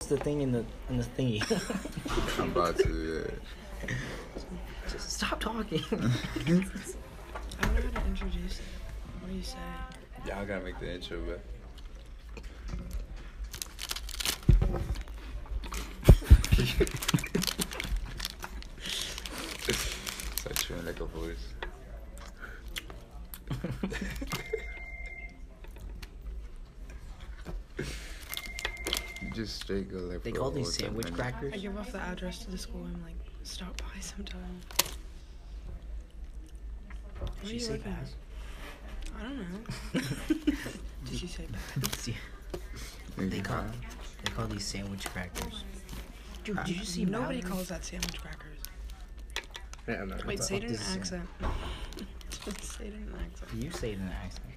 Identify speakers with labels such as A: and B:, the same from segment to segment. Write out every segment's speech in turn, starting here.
A: It's the thing in the in the thingy.
B: I'm about to.
A: Just stop talking.
B: Yeah.
C: I don't know how to introduce it. What do you say?
B: Y'all gotta make the intro, but it's like chewing like a voice. You Just straight go like.
A: They
B: for
A: call
B: all
A: these
B: time,
A: sandwich
B: man.
A: crackers.
C: I give off the address to the school and like stop by sometime. What
A: Did
C: are
A: she
C: you
A: say
C: looking at?
A: pass?
C: I don't know. Did she say pass?
A: See-
B: Think
A: They
B: you
A: call
B: fine?
A: they call these sandwich crackers. Dude, did you see
C: Nobody
A: Mallory?
C: calls that sandwich crackers.
D: Yeah, I'm not
C: Wait, say it
A: fuck
C: in an
A: does it say?
C: accent. say it in an accent.
A: You say it in an accent.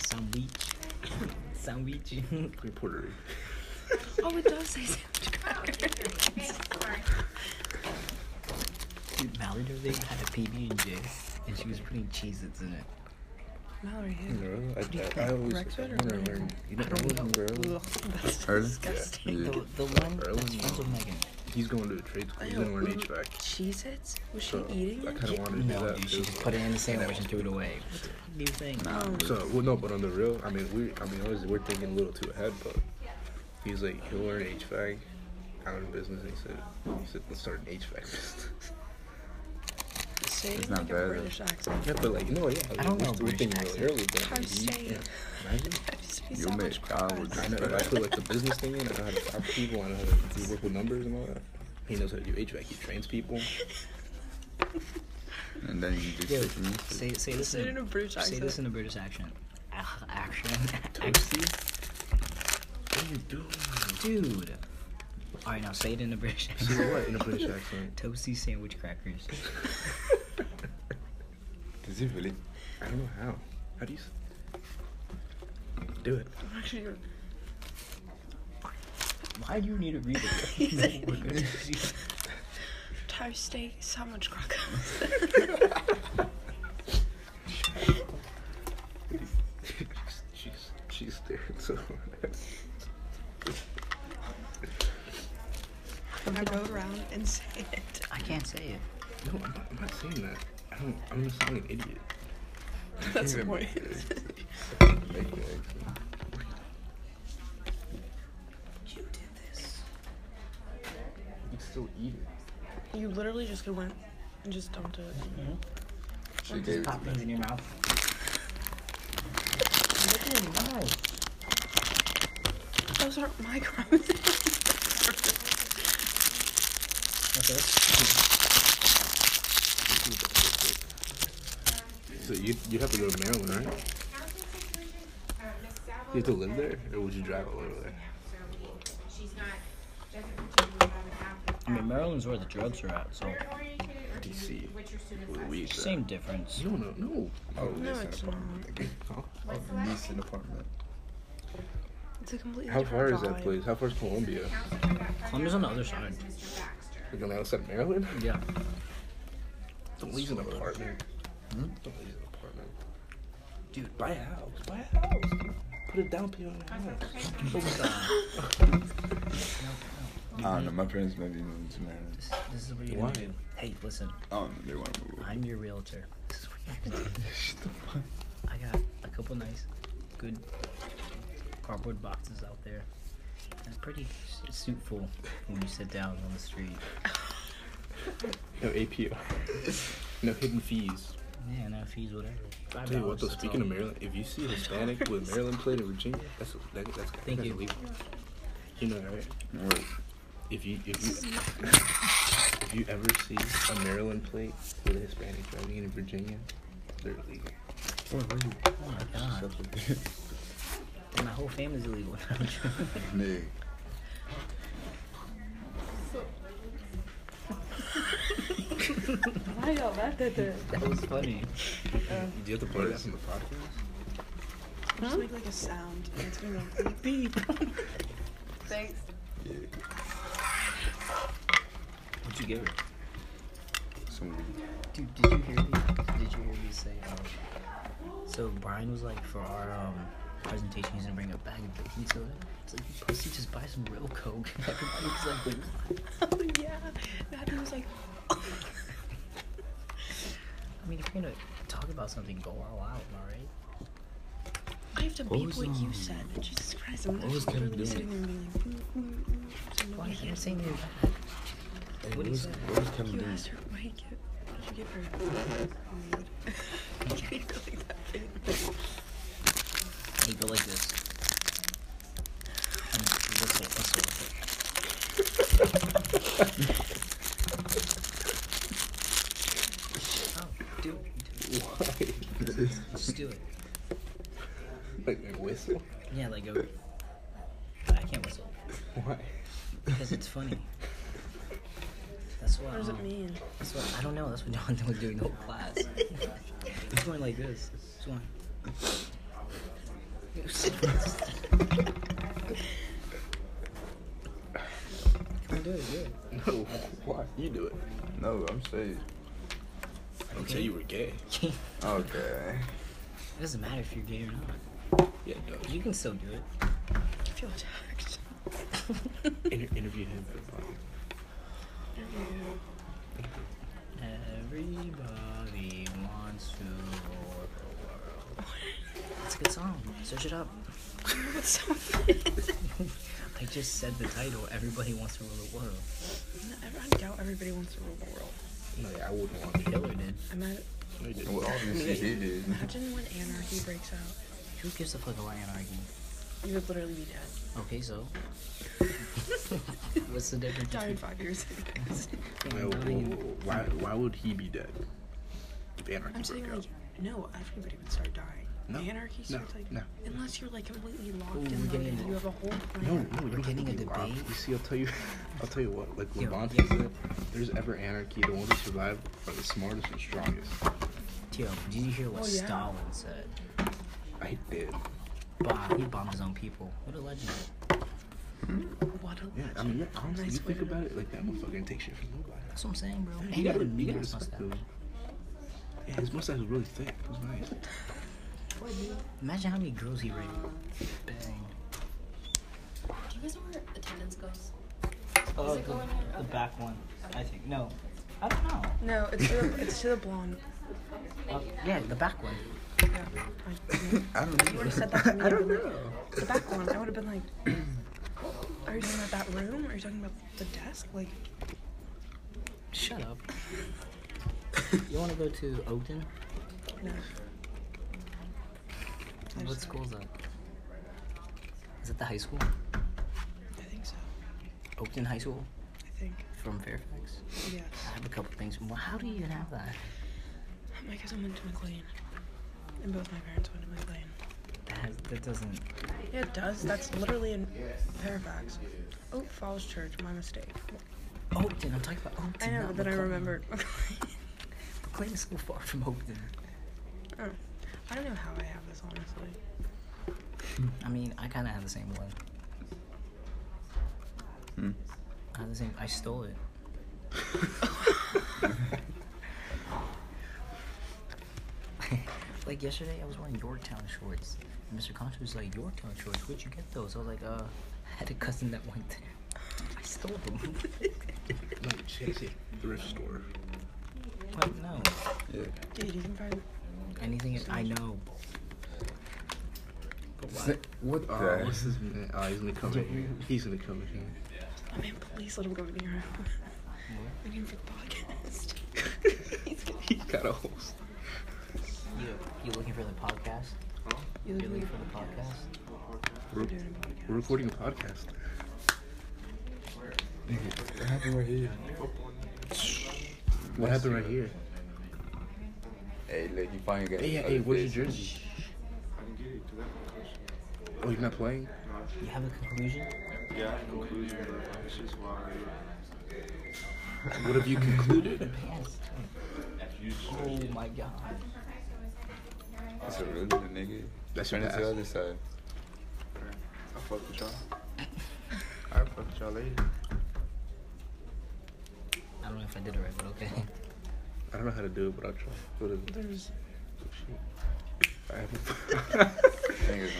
A: Sandwich. Sandwich.
D: in Puerto Rico.
C: Oh, it does say sandwich crackers.
A: Dude, Mallory the other day had a PB and J, and she was putting Cheez-Its in it.
C: Mallory, who?
D: Bro, I, I, I always
C: Breakfast or
D: wonder
C: early?
D: where you know,
A: I don't
D: Erwin, bro.
C: Ugh, That's
B: Early?
C: disgusting.
B: Yeah.
A: The, the one
D: Bro,
A: that's friends with Megan.
D: He's going to the trade school. He's
C: Ew,
D: going to learn
C: ooh,
D: HVAC.
C: Cheez-Its? Was she
D: So
C: eating
D: I
C: it?
D: kind of wanted to do
A: No,
D: that.
A: dude, she
D: too.
A: just put it in the sandwich and threw it away. What the fuck do you think?
B: Nah,
C: Oh.
D: So well, no, but on the real, I mean, we, I mean, obviously we're thinking a little too ahead, but he's like, he'll learn HVAC, out of business. And he said, he said, let's start an HVAC business.
C: Say it
B: It's
C: in
B: not
C: like
B: bad,
C: a
B: though.
C: British accent.
D: yeah, but like, no, yeah,
A: I don't
D: we're,
A: know
D: we're
A: British
D: thinking
A: accent.
D: really early, but
C: How
D: I
C: to
D: mean,
C: say
D: yeah,
C: it.
D: imagine.
B: You make I would
D: I know if I put like the business thing in, I know how to talk to people, I know how to do work with numbers and all that. He knows how to do HVAC. He trains people.
B: and then you just
A: Yo,
B: take me.
A: say say this
C: Say it in a British
A: Say this in
C: accent.
A: a British accent. Ah, Action.
D: What are you doing?
A: Dude. Alright, now say it in a British
D: See
A: accent.
D: what in a British accent?
A: Toasty sandwich crackers.
B: Does he really?
D: I don't know how. How do you s- do it?
C: I'm actually gonna-
A: Why do you need to read it?
C: Toasty sandwich cracker.
D: she's, she's, she's staring so hard.
C: I rode around and said it.
A: I can't say it.
D: No, I'm not, I'm not saying that. I don't, I'm gonna sound like an idiot.
C: That's the
B: Even
C: point.
B: Make the accent.
C: You did this.
D: You can still eat it.
C: You literally just could went and just dumped it.
B: She gave it to
A: Pop
B: me.
A: things in your mouth. Look at his mouth.
C: Those aren't my crumbs.
D: So you, you have to go to Maryland, right? You have to live there, or would you drive all over there?
A: I mean, Maryland's where the drugs are at, so
D: DC. With weed. though.
A: same difference.
D: No, no, no.
B: Oh,
C: No,
B: lease an
C: it's
B: apartment.
D: Huh?
B: Oh, lease an apartment.
C: It's a completely
D: How far
C: different
D: is that
C: vibe.
D: place? How far is Columbia?
A: Columbia's on the other side.
D: Like on the outside of Maryland?
A: Yeah.
D: Don't lease an apartment. Don't lease an apartment. Hmm? Dude, buy a house. Buy a house. Put a down payment on your house.
B: I don't know. My parents maybe moved to Maryland.
A: This, this is what you're
D: Why?
A: gonna do. Hey, listen,
B: I don't know. They want to move.
A: I'm your realtor. This is what you're gonna do.
B: Shut the fuck.
A: I got a couple nice, good cardboard boxes out there. It's pretty s- suitful when you sit down on the street.
D: No APR. no hidden fees.
A: Yeah, no fees, whatever. Five
D: Tell you what,
A: dollars,
D: though,
A: that's
D: speaking
A: all.
D: of Maryland, if you see a Hispanic with Maryland plate in Virginia, that's that, that's
A: Thank
D: that's
A: you.
D: illegal. You know, right?
B: Wait,
D: If you if you if you ever see a Maryland plate with a Hispanic driving in Virginia, they're illegal.
A: Oh my god,
B: shut the bitch.
A: my whole family's illegal.
B: Nigga.
C: Why y'all laughed at that?
A: that was funny.
D: Do you have to play that from the podcast?
C: Just make like a sound. and It's gonna go beep. Thanks.
B: Yeah.
A: What'd you give her?
B: Some weed.
A: Dude, did you hear me? Did you hear me say? Um, so Brian was like, for our um, presentation, he's gonna bring a bag of baking soda. It's like, you pussy, just buy some real Coke. And everybody's like, wait, what?
C: Oh yeah, Matthew was like, oh.
A: I mean, if you're gonna talk about something, go all out, alright?
C: I have to beep
B: was,
C: what you
B: um,
C: said. Jesus Christ, I'm
B: what was
C: literally
B: Kevin doing?
C: sitting there being like, mm, mm, mm, so
A: Why
C: nobody
A: are you
C: asked
A: saying
C: me.
A: you're
B: Hey,
A: What
B: what
A: he
B: was
A: said.
B: what was Kevin
C: You
B: doing?
C: asked her, what did you get? What did you get Oh, for? You're really that big.
A: Hey, go like this. And whistle, whistle with it. Oh, do it. do
D: Why?
A: it. Just do it.
D: like a whistle?
A: Yeah, like go. I can't whistle.
D: Why?
A: Because it's funny. That's what.
C: What does
A: um,
C: it mean?
A: That's what I don't know. That's what Jonathan was doing the whole class. He's going like this. He's going. Come on, do it, do it.
D: No, why? You do it.
B: No, I'm saying.
D: I didn't say you were gay.
A: it
B: Okay.
A: doesn't matter if you're gay or not.
D: Yeah, no.
A: You can still do it.
C: I feel attacked.
D: Inter- interview him for the podcast.
A: Everybody wants to rule the world. It's a good song. Search it up.
C: What's so funny?
A: I just said the title. Everybody wants to rule the world.
C: I doubt everybody wants to rule the world.
D: No, yeah, I wouldn't want to.
A: Hitler did.
C: I'm at,
D: I did.
B: Well, obviously he did.
C: imagine when anarchy breaks out.
A: Who gives a fuck about anarchy?
C: You would literally be dead.
A: Okay, so. What's the difference?
C: Die in five years.
D: Why,
A: between
D: why-
A: dying and-
D: why, why would he be dead? If anarchy
C: I'm
D: broke
C: saying
D: out.
C: like, no, everybody would start dying.
D: No,
C: Anarchy
D: no,
C: starts like,
D: no.
C: unless you're like completely locked
A: Ooh, we're
C: in,
A: getting
C: like, and
A: into-
C: you have a whole
D: No,
C: plan.
D: no, you
A: We're
D: don't have to
A: getting a
D: be locked.
A: debate?
D: You see, I'll tell you, I'll tell you what. Like
A: Yo,
D: Levante
A: yeah.
D: said, there's ever anarchy. The ones who survive are the smartest and strongest.
A: Tio, did you hear what
C: Oh, yeah.
A: Stalin said?
D: I did.
A: Bomb, he bombed his own people. What a legend.
C: What a
D: Yeah, I mean, yeah, honestly,
C: Nice
D: you
C: way
D: think
C: to-
D: about it, like that motherfucker takes shit from nobody.
A: That's what I'm saying, bro. And he
D: You
A: had
D: gotta,
A: a
D: you
A: mean
D: gotta
A: ass
D: respect
A: mustache.
D: him. Yeah, his mustache was really thick. It was nice.
A: Imagine how many girls he raped. Bang.
E: Do you guys know where attendance goes?
A: Oh,
E: Is it going in? Okay.
A: back one. I think. No. I don't know.
C: No, it's to the, it's to the blonde.
A: Uh, yeah, the back one.
C: Yeah, I, yeah.
B: I don't
C: You
B: know.
C: would have said that to me. I don't know. The back one. I would have been like, are you talking about that room? Are you talking about the desk? Like,
A: Shut up. you want to go to Oakton?
C: no. I
A: What
C: just-
A: school is that? Is that the high school?
C: I think so.
A: Oakton High School
C: I think.
A: from Fairfax?
C: Yes.
A: I have a couple things. Well, how do you even have that?
C: My cousin went to McLean. And both my parents went to McLean.
A: That, that doesn't.
C: Yeah, it does. That's literally in Fairfax. Oh, Falls Church. My mistake.
A: Oakton, I'm talking about Oakton.
C: I know,
A: not
C: but then I
A: McLean.
C: remembered McLean.
A: McLean is so far from Oakton.
C: oh. I don't know how I have this, honestly.
A: I mean, I kind of have the same one.
B: Hmm.
A: I have the same. I stole it. like yesterday, I was wearing Yorktown shorts, and Mr. Concho was like, "Yorktown shorts? Where'd you get those?" I was like, "Uh, I had a cousin that went there. I stole them."
D: No, she had to say thrift store.
A: like, no,
B: Yeah.
C: Dude, you can find.
A: anything I know. But why?
B: Sit-
D: What?
B: the-
D: Uh, what's his name? Oh, he's gonna come in here. He's gonna come in here.
C: Oh man, please let him go in your room. I need him for the podcast. He's gonna-
D: He got a host.
A: You, you looking for the podcast?
C: You
A: You're looking
C: look
A: for the podcast?
D: We're,
C: We're doing a podcast.
D: we're recording a podcast.
B: What happened right here?
D: What happened right here?
B: Hey, look, you finally got.
D: Hey, yeah,
B: other
D: hey, where's your
B: bitch.
D: jersey? Oh, you're not playing?
A: You have a conclusion?
F: Yeah, conclusion that that's just why
D: What have you concluded?
A: Yes.
F: you
A: Oh my god.
B: It's a religion, nigga.
D: That's your
B: Turn it to the
D: ass.
B: other side.
F: I fuck with y'all. I fuck with y'all later.
A: I don't know if I did it right, but okay.
D: I don't know how to do it, but I'll try. What is it?
C: There's
D: I haven't.
B: Niggas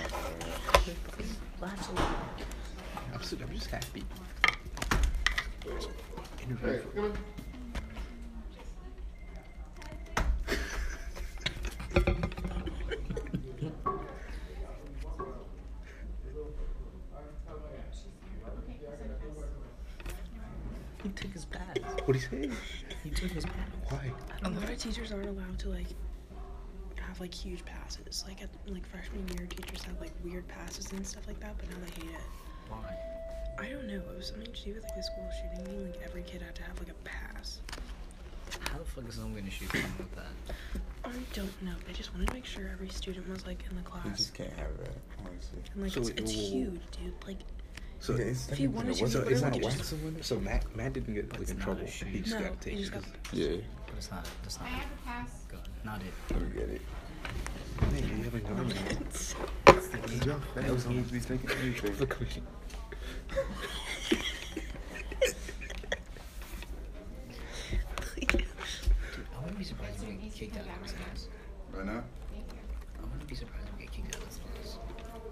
B: not sorry.
C: Absolutely.
D: I'm just, I'm just happy.
F: Hey,
D: Interview for-
F: come on.
A: He took his pads.
D: What'd he say?
A: He took his pads.
D: Why?
C: A lot of teachers aren't allowed to like have like huge passes. Like at like freshman year, teachers have like weird passes and stuff like that. But now they hate it.
A: Why?
C: I don't know. It was something to do with like the school shooting. thing, Like every kid had to have like a pass.
A: How the fuck is someone gonna shoot someone with that?
C: I don't know. They just wanted to make sure every student was like in the
B: You
C: class.
B: just can't have that, honestly.
C: And like
D: So
C: it's,
D: wait,
C: it's
D: whoa, whoa, whoa.
C: huge, dude. Like
D: So,
B: Yeah,
D: so,
B: it's
C: if
B: technically
C: you wanted to
B: a
C: be
B: weapon.
D: it's
C: like
D: not
C: just-
D: wax someone? So Matt, Matt didn't get
A: It's
D: like in
A: not
D: trouble.
A: a shooting.
D: He just
C: no,
D: got
C: you
D: taken.
C: just got
B: Yeah,
A: But it's not. That's not. Go on. Not it.
B: let me get it.
D: Hey, you have a gun.
B: Yo, that was always be thinking anything.
D: Look at me.
A: I wouldn't be surprised if we get kicked out of this class.
B: Right now?
A: I wouldn't be surprised if we get kicked out of this class.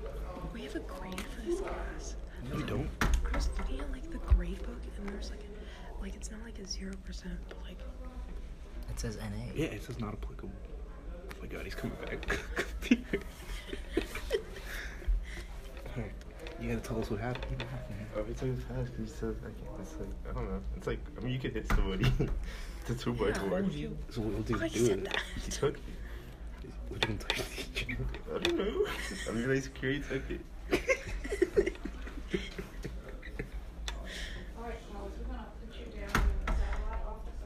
C: we have a grade for this class.
D: You don't.
C: I was looking at like the grade book and there's like a, like it's not like a zero percent, but like
A: It says NA.
D: Yeah, it says not applicable. Oh my god, he's coming back. Alright, you gotta tell us what happened.
F: Oh, he took his pass because he says, I can't. It's like, I don't know. It's like, I mean, you could hit somebody. it's a two by
C: Yeah.
F: four.
C: Told you.
D: So what did
C: I
D: you do?
C: said
D: with it?
C: that.
F: He took it.
D: What did you tell your teacher?
F: I don't know. I mean, like, security took it.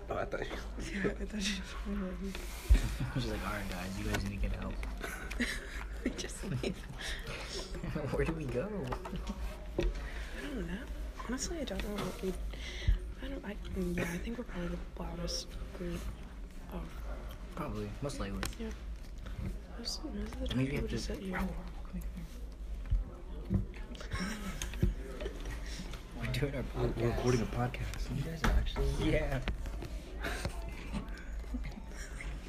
D: Oh, I thought you
C: Yeah, I thought she was
A: I was just like, alright guys, you guys need to get help.
C: we just leave.
A: Where do we go?
C: I don't know. Honestly, I don't know what we. I don't. I yeah. I think we're probably the loudest group. Of
A: Probably. Most likely.
C: most, most of the time,
A: Maybe I have
C: people
A: to.
C: just sit here.
A: Raoul, come here. We're doing our
D: We're-
A: podcast.
D: We're recording a podcast.
A: You guys are actually. Yeah.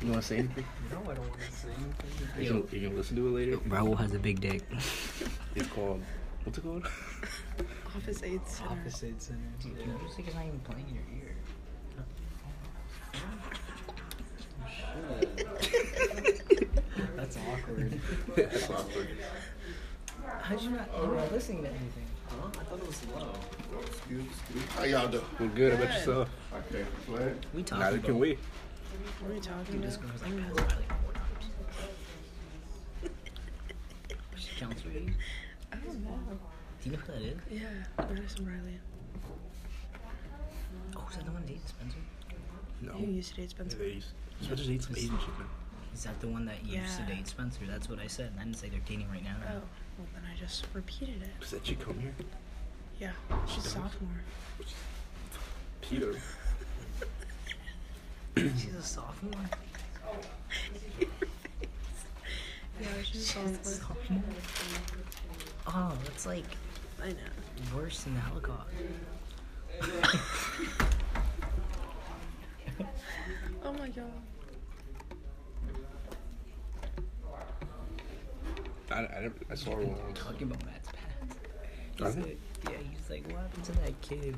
D: You wanna say anything?
A: No, I don't want to say
D: You
A: anything.
D: can, you can listen to it later.
A: Raoul has a big dick.
D: It's called. What's it called?
C: Office aid center.
A: center. Dude, your music is not even playing in your ear. That's awkward.
D: That's awkward.
A: How'd you not? You weren't listening to anything.
B: Huh? I thought it was low.
F: How y'all doing?
D: We're good. How about yourself?
B: Okay, what?
A: We talked
D: Neither
A: about
D: can we.
C: What are we talking
A: this
C: about?
A: girl was
C: I
A: like,
C: know.
A: passed out like four times. she counts for you. Do
C: I don't know.
A: you know who that is?
C: Yeah, Madison Riley.
A: Oh, is that the one dating Spencer?
D: No.
C: Who used to date Spencer?
D: They used- so just need some agent now.
A: Is that the one that used to
C: Yeah.
A: date Spencer? That's what I said. and I didn't say they're dating right now.
C: Oh, well then I just repeated it.
D: Does that chick come here?
C: Yeah, she's a sophomore.
D: Peter.
A: She's a sophomore.
C: Yeah, she's a
A: She's a
C: sophomore.
A: sophomore. Oh, that's like
C: I know.
A: worse than the Holocaust.
C: Oh my god.
D: I, I, never- I saw her once.
A: Talking about Matt's past.
D: Are
A: He's
D: they?
A: like, yeah, he's like, what happened to that kid?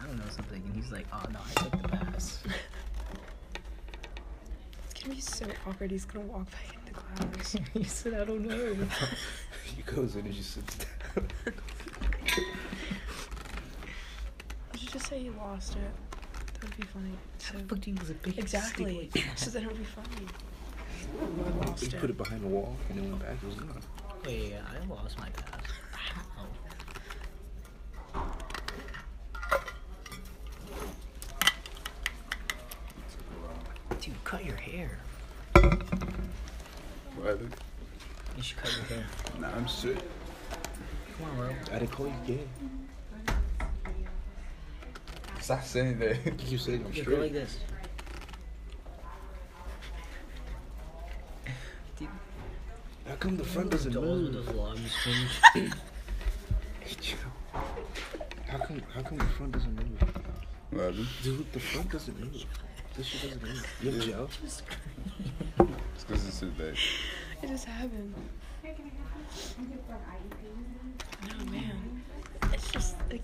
A: I don't know something, and he's like, oh no, I took the pass.
C: It's gonna be so awkward. He's gonna walk back into class.
A: he said, I don't know.
D: He goes in and she sits down.
C: You should just say you lost it. That would be funny. So,
A: Fuck, dude, was a big
C: exactly.
A: stick like
C: So then it would be funny. I
D: He
C: lost
D: put
C: it.
D: it behind the wall and it went back. It was gone.
A: that. Wait, I lost my pass. How? Dude, cut your hair.
B: What?
A: You should cut your hair.
B: Nah, I'm shit.
A: Come on, bro.
D: I didn't call you gay.
B: Stop saying that.
D: You said I'm
A: Yeah, go like
D: straight.
A: this.
D: How come the front doesn't
A: Dolls with
D: move?
A: those logs. things.
D: Hey, chill. How come? How come the front doesn't move?
B: Love you.
D: Dude, the front doesn't move. This shit doesn't move. You have gel?
B: It's because it's too bad.
C: It just happened. No,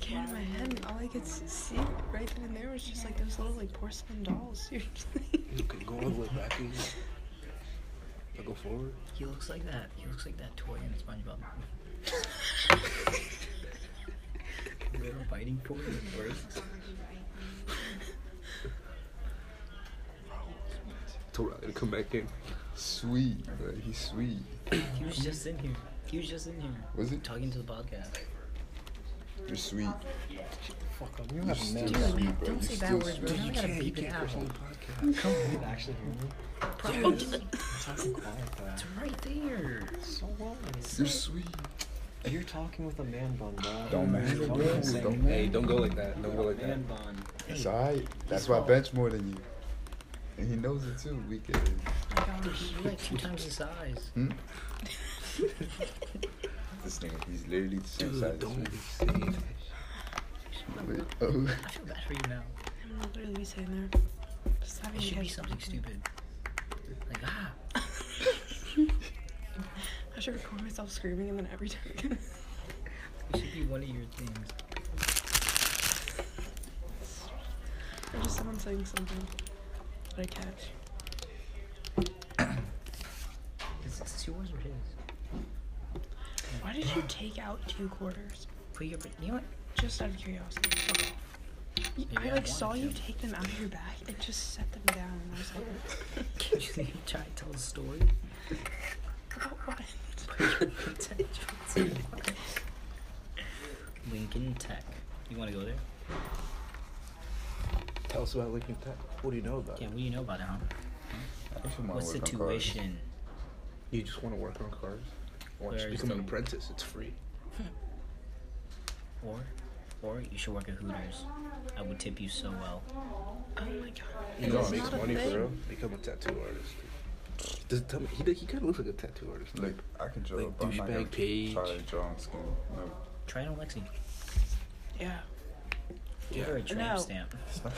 C: turned my head and all I could s- see right then and there was just like those little like porcelain dolls. Seriously.
D: You can go all the way back again. I go forward.
A: He looks like that. He looks like that toy in SpongeBob. Remember biting toy and it breaks?
D: Told I to come back in.
B: Sweet, man. He's sweet.
A: He was just in here. He was just in here.
B: Was it?
A: Talking to the podcast.
B: You're sweet.
A: Fuck up.
B: You have
A: Dude,
B: sweet, bro.
A: don't
B: You're
A: say
B: still
A: bad words, bro.
B: sweet.
A: Now I gotta beep it out. Come on, actually hear me.
G: talking quiet,
A: It's right there.
G: So what?
B: You're sweet.
G: You're talking with a man bun, bro.
B: Don't matter,
G: Don't
B: bro.
G: matter.
B: Don't
D: Hey,
B: matter.
D: don't go like that. Don't go like that.
G: Man bun.
B: It's alright. That's why I bench more than you. And he knows it too. We can. hmm?
A: Dude, you're like two times the size.
B: This nigga, he's literally the same size. as
D: Dude, don't
B: me.
D: be saying that.
B: Wait, oh.
A: I feel bad for you now.
C: I'm literally sitting there. Just having
A: It
C: a
A: should
C: good
A: be something
C: time.
A: stupid. Like, ah,
C: I should record myself screaming and then every time.
A: it should be one of your things.
C: or just someone saying something that I catch.
A: Is this yours or his?
C: Why did you take out two quarters?
A: Put your, you know what?
C: Just out of curiosity. You-
A: Maybe
C: I
A: I
C: like saw
A: wanted
C: you
A: to.
C: take them out of your bag and just set them down. And I was like,
A: Can't you think try to tell a story?
C: about what?
A: Lincoln Tech. You want to go there?
D: Tell us about Lincoln Tech. What do you know about
A: Yeah,
D: it?
A: what do you know about it, huh?
B: I should wanna
A: What's the
B: work on cars.
A: tuition?
D: You just want to work on cars? Why don't
A: Where
D: you
A: is
D: become an
A: the-
D: apprentice? It's free.
A: Or, or you should work at Hooters. I would tip you so well.
C: Oh my god.
D: You know
C: It's
D: what makes
C: not a
D: money for
C: thing.
D: real? Become a tattoo artist. Does it tell me he he kind of looks like a tattoo artist.
B: Look, I can draw,
D: Like
B: but I'm not gonna
D: douchebag page.
B: try to draw on school. No,
A: Try it on Lexi.
C: Yeah.
A: Give her a tramp
C: No.
A: stamp.
B: that's not.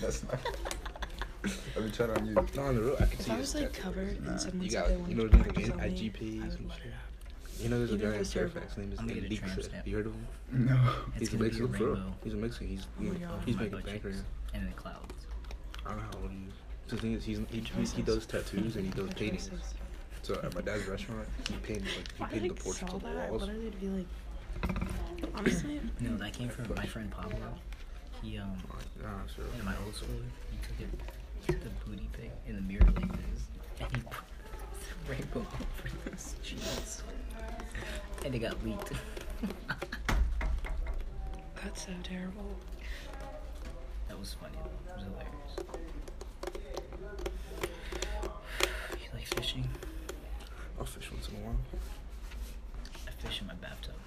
B: that's not. I've been trying on you.
D: No, on the real, I can
C: If
D: see
C: I
D: his
C: was like
D: tattoo.
C: covered
B: Nah.
C: and someone
D: You
C: said
D: got-
C: they
D: you
C: wanted
D: know
C: to
D: there's like
C: practice on me,
D: IGPs
C: I would
D: and
C: let it
D: shit.
C: happen.
D: You know, there's a
C: Even
D: guy
C: if
D: in
C: it's terrible.
D: Fairfax. His name is
A: I'm gonna get a tramp
D: Elixir.
A: stamp.
D: You heard of him?
B: No.
A: It's
D: He's a
A: gonna be a
D: Mexican, bro.
A: rainbow
D: He's a Mexican. He's
C: Oh my God.
D: he's
A: on my
D: making
A: butt
D: bank right
A: cheeks
D: now.
A: and in the clouds.
D: I don't know how old he is. The thing is, he's, he, he, he does tattoos and he does
C: My
D: paintings.
C: choices.
D: So at my dad's restaurant, he painted
C: I
D: like he
C: like
D: painted
C: saw
D: the portraits on
C: that. I
D: the walls.
C: wanted to be like. Honestly,
A: No, that came from my friend Pablo. He um,
D: Oh Nah, sure.
A: in my old school, he took it, he took a booty pic in the mirror like this, and he put the rainbow over his cheeks, and it got leaked.
C: that's so terrible.
A: That was funny. though. It was hilarious. You like fishing?
D: I'll fish once in a while.
A: I fish in my bathtub.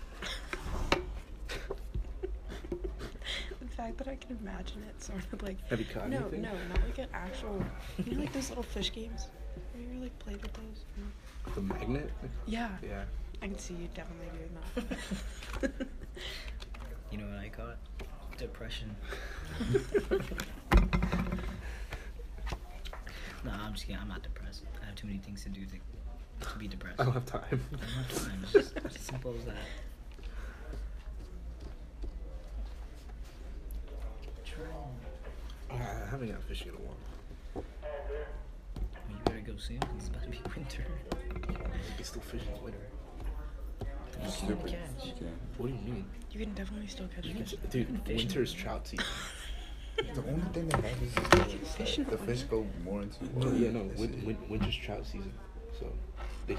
C: The fact that I can imagine it sort of like.
D: Have you caught
C: No,
D: anything?
C: no, not like an actual. You know, like those little fish games? Have you ever like played with those? No.
D: The magnet?
C: Yeah,
D: Yeah.
C: I can see you definitely doing that.
A: You know what I caught? Depression. no, I'm just kidding. I'm not depressed. I have too many things to do to, to be depressed.
D: I don't have time.
A: I don't have time. It's just it's as simple as that. Try.
D: I haven't got fishing in a while.
A: Well, you better go soon 'cause it's about to be winter.
D: You can still fish in winter.
A: You can't
B: Stupid.
A: catch.
B: You can't.
D: What do you mean?
C: you can definitely still catch fish.
A: can fish
D: Dude,
A: in
D: winter's trout season.
B: The only thing they have is the,
C: Fish and
B: the fish
C: oil.
B: go more into
D: No,
B: water.
D: Oh, yeah, no,
B: That's
D: win,
B: it.
D: win, winter's trout season. So they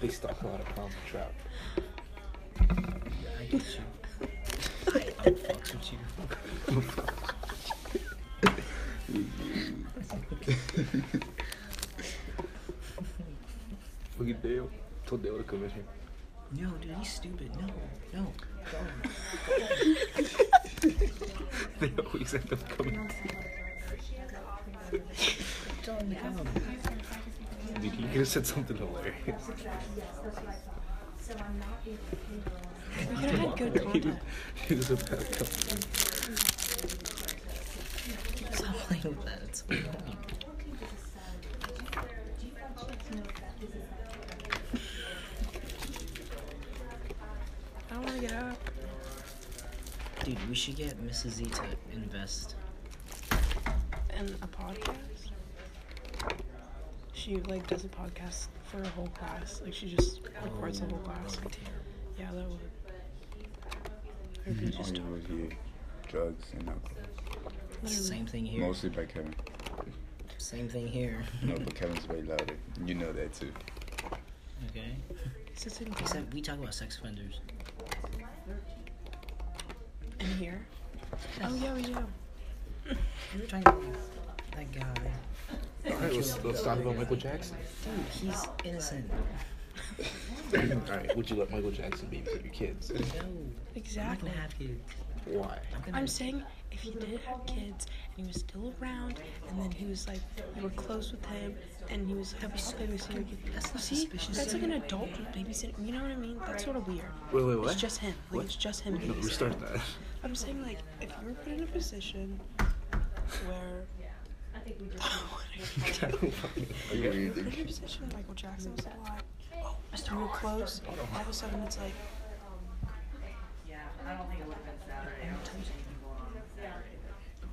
D: they stock a lot of pounds of trout.
A: I get you. I I fucks with you.
D: Look at Dale. Told Dale to come in here.
A: No, dude, he's stupid. No, no.
D: They always end up coming.
A: Tell him to come.
D: Dude, you could have said something hilarious.
C: We could have had good
D: He was,
C: content.
D: he was about to come.
A: Stop playing with that. It's so annoying.
C: I don't want to get up.
A: Dude, we should get Mrs. Z to invest.
C: And a podcast? She like does a podcast for a whole class. Like she just records the whole class.
D: Oh,
A: that'd be terrible.
C: Yeah, that would.
D: Mm-hmm.
C: Everybody
D: Oh,
C: just
B: Only
C: talk.
B: was here. Drugs and alcohol.
C: Literally.
A: Same thing here.
B: Mostly by Kevin.
A: Same thing here.
B: No, but Kevin's way louder. You know that too.
A: Okay.
C: Sits in class.
A: Except we talk about sex offenders.
C: In here. Oh yeah, we do.
A: We were talking about that guy.
D: All right, let's, let's talk about Michael Jackson.
A: Dude, he's innocent.
D: All right, would you let Michael Jackson babysit your kids?
A: No. I'm not
C: Exactly.
A: gonna have kids.
D: Why?
A: I'm gonna
C: I'm saying if he did have kids and he was still around, and then he was like, you were close with him, and he was like, I'll babysit your kid.
A: That's not
C: See,
A: suspicious.
C: that's like an adult who's babysitting. You know what I mean? That's sort of weird.
D: Wait, wait,
C: It's just him. Like
D: What?
C: it's just him.
D: No,
C: babysitting.
D: restart that.
C: I'm saying like if you were put in a position where
D: I don't fucking know.
B: You
D: Okay.
B: weird
C: put in a
B: dude.
C: position Michael Jackson was alive, oh, you were close, all of a sudden it's like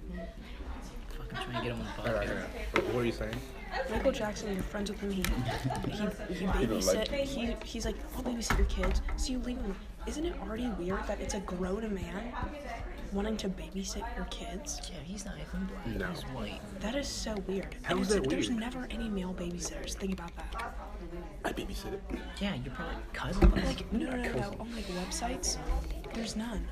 A: fucking try and get him on the
D: All right,
A: podcast.
D: all right. What were you saying?
C: Michael Jackson, you're friends with him. He he, he
B: don't like
C: babysit.
B: him.
C: He, he's like, I'll babysit your kids. So you leave him. Isn't it already weird that it's a grown man wanting to babysit your kids?
A: Yeah, he's not even black.
D: No.
A: He's white.
C: That is so weird.
D: How
C: and
D: is
C: it's
D: that
C: like, There's
D: weird?
C: never any male babysitters. Think about that.
D: I babysit it.
A: Yeah, you're probably cousin.
C: Like no no no, no. on like websites, there's none,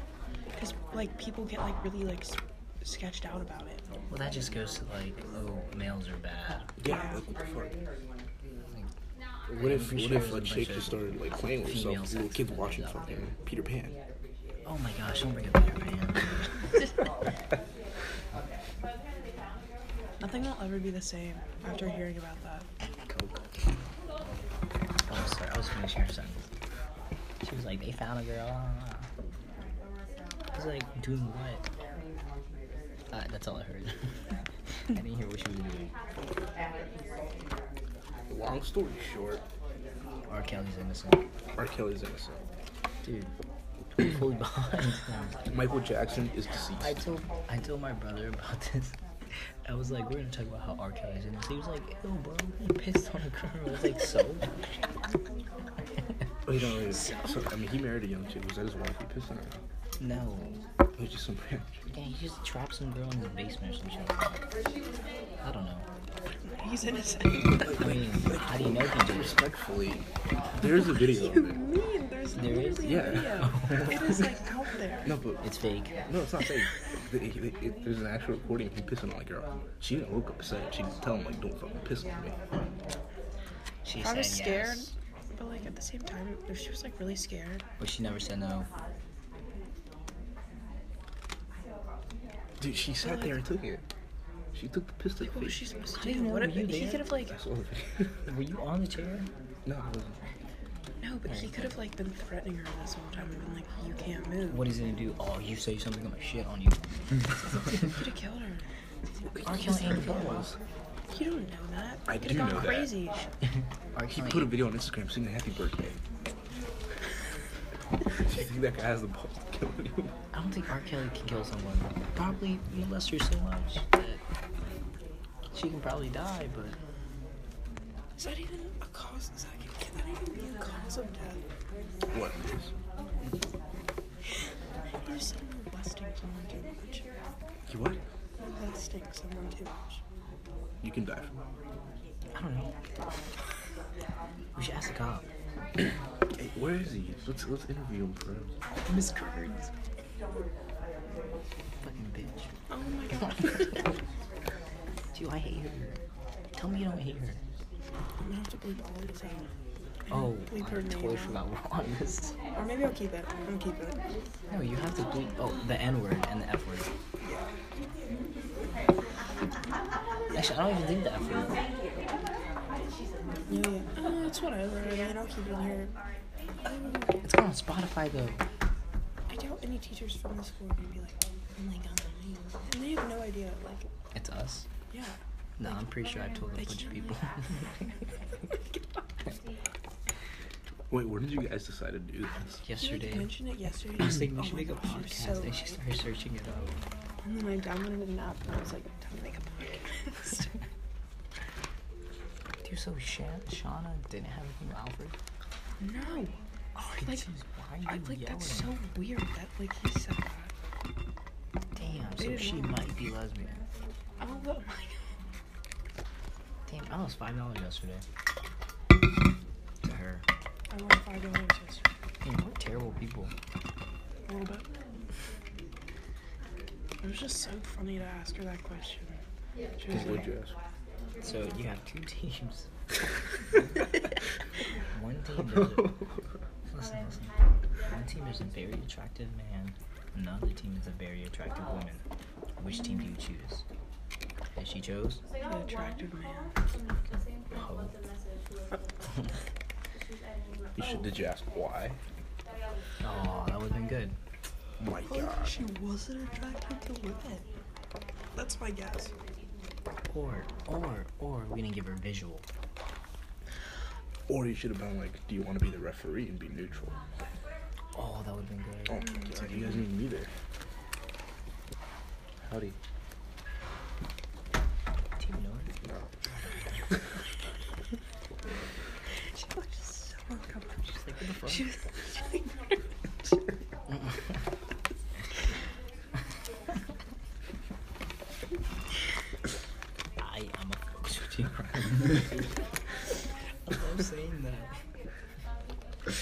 C: because like people get like really like s- sketched out about it.
A: Well, that just goes to like, oh, males are bad.
D: Yeah, like what the fuck? What if what if like Shake just started like playing with
A: Female
D: himself? Little
A: sex
D: kids
A: offenders
D: watching
A: out
D: fucking Peter Pan.
A: Oh my gosh, don't bring up Peter Pan.
C: Nothing will ever be the same after hearing about that.
A: Coke. Oh, sorry, I was finishing her sentence. She was like, they found a girl. ah." I was like, doing what? Uh, that's all I heard. I didn't hear what she was doing.
D: Long story short,
A: R. Kelly's innocent.
D: R. Kelly's innocent.
A: Dude, I'm fully behind.
D: Michael Jackson is deceased.
A: I told I told my brother about this. I was like, we're gonna talk about how R. Kelly's in this. He was like, ew, bro, he pissed on a girl. I was like, so?
D: Oh, you don't really- so, I mean, he married a young chick. Was that his wife? He pissed on her.
A: No.
D: It was just some random chick.
A: Yeah, he just trapped some girl in his basement or some shit. like that. I don't know.
C: He's innocent.
A: I mean, how do you know he did it?
D: Respectfully, there's a video of it.
C: mean? There's
A: There is?
C: literally a
D: Yeah.
C: video. it is like out there.
D: No, but
A: It's fake.
D: no, it's not fake. They- they- it- there's an actual recording. of Him pissing on a girl. She didn't look upset. She didn't tell him like, "Don't fucking piss on me."
A: She
C: I
A: said
C: was scared,
A: yes,
C: but like at the same time, if she was like really scared.
A: but she never said no.
D: Dude, she sat there and took it. She took the piss to the
C: What was
D: face.
C: she supposed to
A: I didn't
C: do?
A: know,
C: What if,
A: were you
C: he
A: there?
C: could have like
D: I saw the video.
A: Were you on the chair?
D: no, I wasn't.
C: no, but he could have like been threatening her this whole time and been like, "You can't move."
A: What is he gonna do? Oh, you say something, I'm gonna shit on you.
C: He could have killed her.
A: R. Kelly ain't girls.
C: You don't know that.
D: I
C: He could
D: do
C: have
D: know
C: gone
D: that.
C: crazy.
D: He put a video on Instagram singing "Happy Birthday." Do you think that guy has the balls to kill anyone?
A: I don't think R. Kelly can kill someone. Probably molest her so much that she can probably die, but
C: Is that even a cause? Is that, can that even be a cause of death?
D: What?
C: You're someone molesting someone too much.
D: You what?
C: Molesting someone too much.
D: You can die from that.
A: I don't know. We should ask the cop.
D: Hey, where is he? Let's let's interview him for him.
A: Miss Kearns. Fucking bitch.
C: Oh my god.
A: Dude, I hate her. Tell me you don't hate her.
C: I'm gonna have to bleep all this out.
A: Oh, I
C: bleep her name
A: totally
C: out.
A: forgot we're on this.
C: Or maybe I'll keep it. I'll keep it.
A: No, you have to bleep. Oh, the N word and the F word. Actually, I don't even think the F word.
C: Yeah. Uh, it's whatever. I mean, I'll keep it here.
A: It's on Spotify though.
C: I doubt any teachers from the school are gonna be like, oh my god, you." and they have no idea. Like,
A: It's us.
C: yeah.
A: No, I'm pretty sure I've told a bunch of people.
D: Wait, where did you guys decide to do this?
A: Yesterday,
C: You like, mentioned it yesterday.
A: I was thinking we
C: oh
A: should
C: my
A: make a
C: gosh, it was
A: podcast.
C: So
A: I should
C: late.
A: start searching it up.
C: and then I downloaded an app and I was like, time to make a podcast.
A: Dude, so Sha- Shauna didn't have anything with Alfred.
C: no.
A: Oh,
C: like-
A: why are you
C: I like
A: yelling?
C: that's so weird that like he said that.
A: Damn,
C: they
A: so
C: didn't
A: she
C: want
A: might be lesbian.
C: Oh my god.
A: Damn, I lost five dollars yesterday. To her.
C: I won five dollars yesterday.
A: Damn, we're terrible people.
C: A little bit. It was just so funny to ask her that question. She was
D: Would
C: like,
D: you ask?
A: So you have two teams. One team does it. Listen, listen. One team is a very attractive man, another team is a very attractive woman. Which team do you choose? And she chose?
C: the attractive man.
A: Oh.
D: You should. Did you ask why?
A: oh, that would have been good.
D: My God.
C: She wasn't attracted to women. That's my guess.
A: Or, or, or we didn't give her a visual.
D: Or you should have been like, do you want to be the referee and be neutral?
A: Oh, that would have been
D: Oh
A: good.
D: my God, you guys need me there. Howdy.
A: Team North?
C: She looked so uncomfortable.
A: She's like, what the fuck?
C: She was
A: I am a fox shooting crime. I love saying that.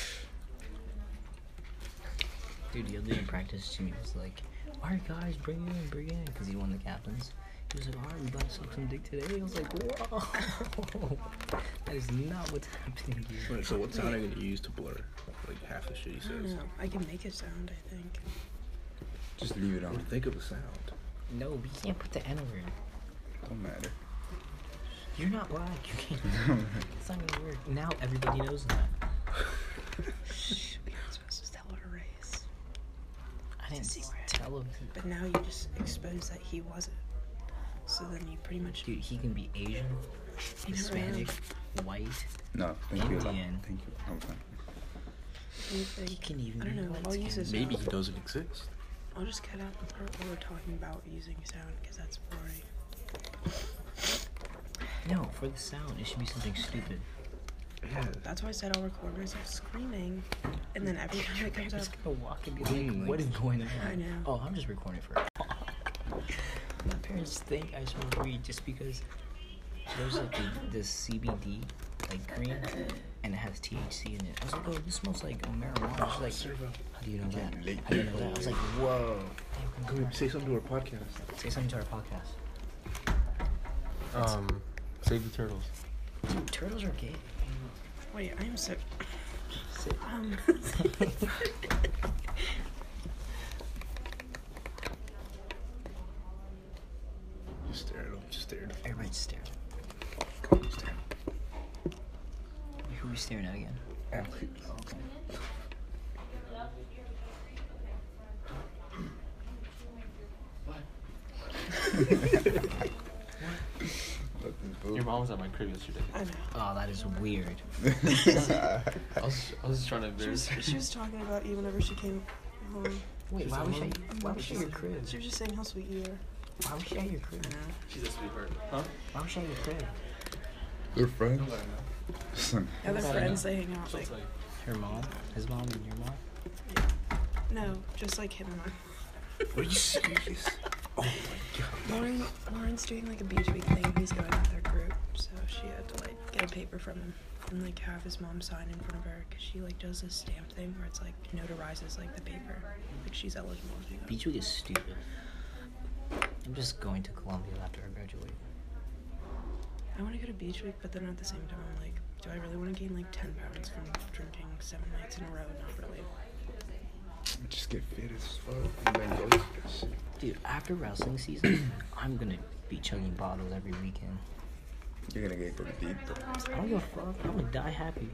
A: Dude, the other day in practice, Jimmy was like, Alright, guys, bring it in, bring it in, because he won the captains. He was like, Alright, we about to suck some dick today. I was like, Whoa! that is not what's happening here.
D: Wait, so what sound are you gonna use to blur like half the shit he
C: I don't
D: says?
C: know. I can make a sound, I think.
B: Just leave it on.
D: Or think of a sound.
A: No, we can't put the N word.
B: Don't matter.
A: You're not black. You can't. it's not gonna work. Now everybody knows that.
C: Shh, we aren't supposed to tell her race.
A: I didn't
C: Since he's
A: tell him.
C: But now you just expose that he wasn't. So then you pretty much
A: Dude, he can be Asian, Hispanic, white.
B: No, thank you.
A: Indian.
B: Thank you. No, thank you.
C: you
A: He
C: think.
A: can even
C: I don't
A: be
C: know,
A: light
C: I'll use
A: skinned.
C: this
D: Maybe he doesn't exist.
C: I'll just cut out the part where we're talking about using sound because that's boring.
A: No, for the sound, it should be something stupid.
D: Yeah.
C: That's why I said I'll record myself screaming, and then every time it comes
A: I'm
C: up,
A: just gonna walk and be like, what is going on?
C: I know.
A: Oh, I'm just recording for it. My parents think I smoke weed just because there's like the, this CBD, like green, and it has THC in it. I was like, oh, this smells like marijuana.
D: Oh,
A: She's like, how do you know that?
B: late
A: How do you know that? I was like,
B: Whoa.
D: Can we say something to our podcast?
A: say something to our podcast.
F: Um, save the turtles.
A: Dude, turtles are gay.
C: wait, I am so.
A: Sit.
C: Um,
D: Just stare at him. Just stare at him.
A: Everybody's staring.
D: Come on, stare at
A: Who are we staring at again?
D: him.
A: Okay.
G: Your mom was at my crib yesterday.
C: I know.
A: Oh, that is weird.
G: I was, I was trying to
C: She was,
G: embarrass her.
C: she was talking about you whenever she came home.
A: Wait, why was she? Why was she at your crib?
C: She was just saying how sweet you are.
A: Why was she at your crib?
C: I know.
G: She's a sweetheart. Huh?
A: Why was she at your crib?
B: They're friends.
C: Other
A: Right.
C: friends they hang out like.
G: She's like,
A: Her mom, his mom, and your mom.
C: No, just like him and I.
D: Are you serious? Oh my god.
C: Lauren, Lauren's doing like a beach week thing. He's going with their group, so she had to like get a paper from him and like have his mom sign in front of her because she like does this stamp thing where it's like notarizes like the paper, like she's eligible. to do that.
A: Beach week is stupid. I'm just going to Columbia after I graduate.
C: I want to go to beach week, but then at the same time, I'm like, do I really want to gain like ten pounds from drinking seven nights in a row? Not really.
B: Just get fit as fuck. And then go to this shit.
A: Dude, after wrestling season, I'm gonna be chugging bottles every weekend.
B: You're gonna get good deep.
A: I don't give a fuck. I'm gonna die happy.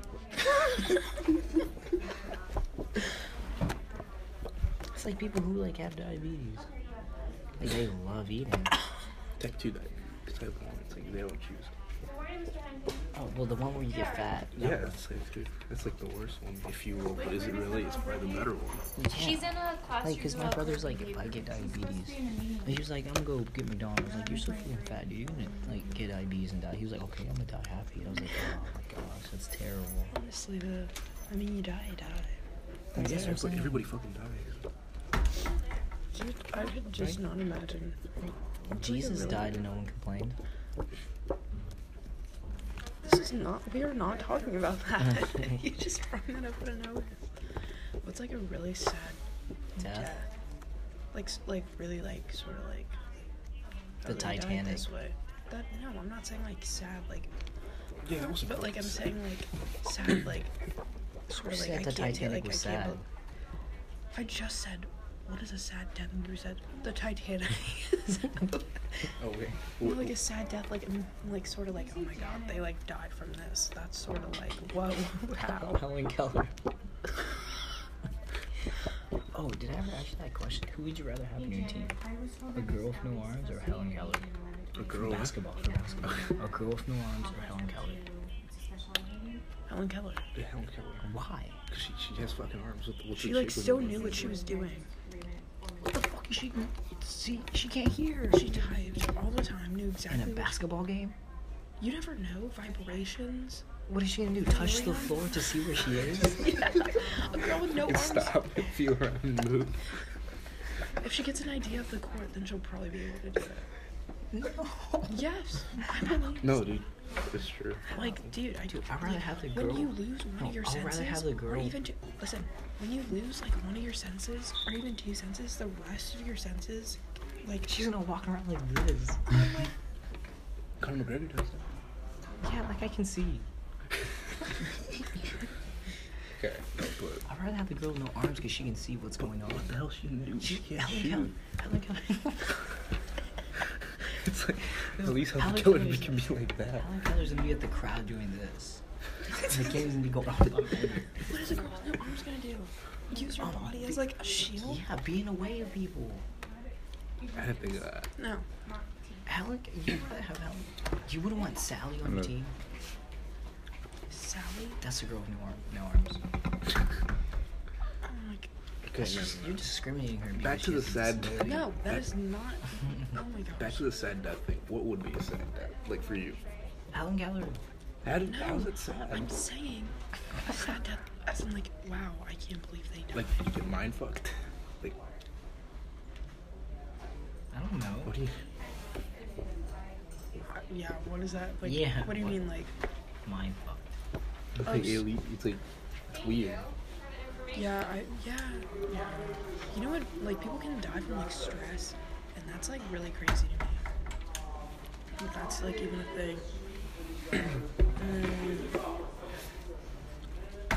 A: it's like people who like have diabetes. Like they love eating.
D: Type two diabetes. Type one. It's like they don't choose.
A: Oh, Oh, well, the one where you get fat. that
D: Yeah,
A: one.
D: it's like that's like the worst one, if you will. But is it really? It's probably the better one.
A: Yeah.
E: She's in a class.
A: Like, cause my brother's like, if I get diabetes, and he was like, I'm gonna go get McDonald's. I was like, you're so freaking fat, dude. You're gonna like get diabetes and die. He was like, okay, I'm gonna die happy. And I was like, oh my gosh, that's terrible.
C: Honestly, the. I mean, you die, you die.
A: That's
D: Yeah,
A: what I'm
D: it's like
A: saying.
D: everybody fucking dies.
C: Dude, I could just not imagine.
A: Jesus died and no one complained.
C: This is not. We are not talking about that. you just brought that up out of nowhere. What's like a really sad
A: Death.
C: death? Like, s- like really, like sort of like.
A: The
C: oh, they died
A: Titanic.
C: This way. That no, I'm not saying like sad, like.
D: Yeah, that was.
C: But like I'm saying like sad, like. Sort of like
A: said the
C: I can't take-
A: Titanic
C: like,
A: was
C: I can't
A: sad.
C: bel- I just said, what is a sad death? And you said the Titanic.
D: Oh wait.
C: Well, like a sad death, like I'm like sort of like oh my god, they like died from this. That's sort of like whoa, how?
A: Helen Keller. oh, did I ever ask you that question? Who would you rather have on
C: E
A: your team? A girl with no arms or Helen Keller?
D: A girl.
A: For basketball, for basketball. a girl with no arms or Helen Keller?
C: Helen Keller.
D: Yeah, Helen Keller.
A: Why?
D: 'Cause she she has fucking arms. What the, what's
C: She
D: the
C: like
D: shape of
C: so
D: them?
C: knew what she was doing. What the fuck? She see she can't hear. She types all the time. Knew
A: In a
C: exactly. what she-
A: basketball game?
C: you never know vibrations.
A: What is she gonna do? Touch the floor to see where she is?
C: Yeah, a girl with no arms.
D: Stop and feel around and move.
C: If she gets an idea of the court, then she'll probably be able to do it. No. Yes, I believe.
D: No, dude, it's true.
C: Like, dude, I do.
A: I'd rather have the
C: When
A: girl-
C: you lose one
A: No,
C: of your
A: I'd rather
C: senses,
A: have the
C: or
A: girl-
C: even two, listen, when you lose like one of your senses, or even two senses, the rest of your senses, like
A: She's gonna walk around like this.
D: Conor McGregor does that.
A: Yeah, like I can see.
D: Okay, no, but
A: I'd rather have the girl with no arms because she can see what's going on.
D: what the hell she knew? She can't
A: Helen
D: shoot.
A: Keller. Helen Keller.
D: It's like at least Helen
A: Helen
D: Keller
A: Keller's-
D: can be like that.
A: Helen Keller's gonna be at the crowd doing this. And the game's gonna be going up and up. and up.
C: what is a girl with no arms gonna do? Use her body as like a shield?
A: Um, Yeah, being away of people.
D: I uh, didn't think of that.
C: No.
A: Helen, you would have Helen. You wouldn't want Sally on your
B: No.
A: team.
C: Sally?
A: That's a girl with no, arm, no arms.
C: Oh my god.
D: Okay,
A: That's just- You're discriminating her.
D: Back
A: because
D: to
A: she
D: the
A: has a
D: sad.
A: disability.
C: No, that
D: back-
C: is not. Oh my god.
D: Back to the sad death thing. What would be a sad death? Like for you?
A: Helen Keller.
D: How did how is it sad?
C: I'm saying, a sad death, as in like, wow, I can't believe they died.
D: Like you get mind fucked. Like
A: I don't know.
D: what do you?
C: yeah, what is that? Like,
A: Yeah,
C: what do you
A: what-
C: mean, like,
A: Mind fucked.
D: It's like elite. It's like it's weird.
C: Yeah, I yeah, yeah. You know what? Like people can die from like stress, and that's like really crazy to me. Like, That's like even a thing. Mm,
A: I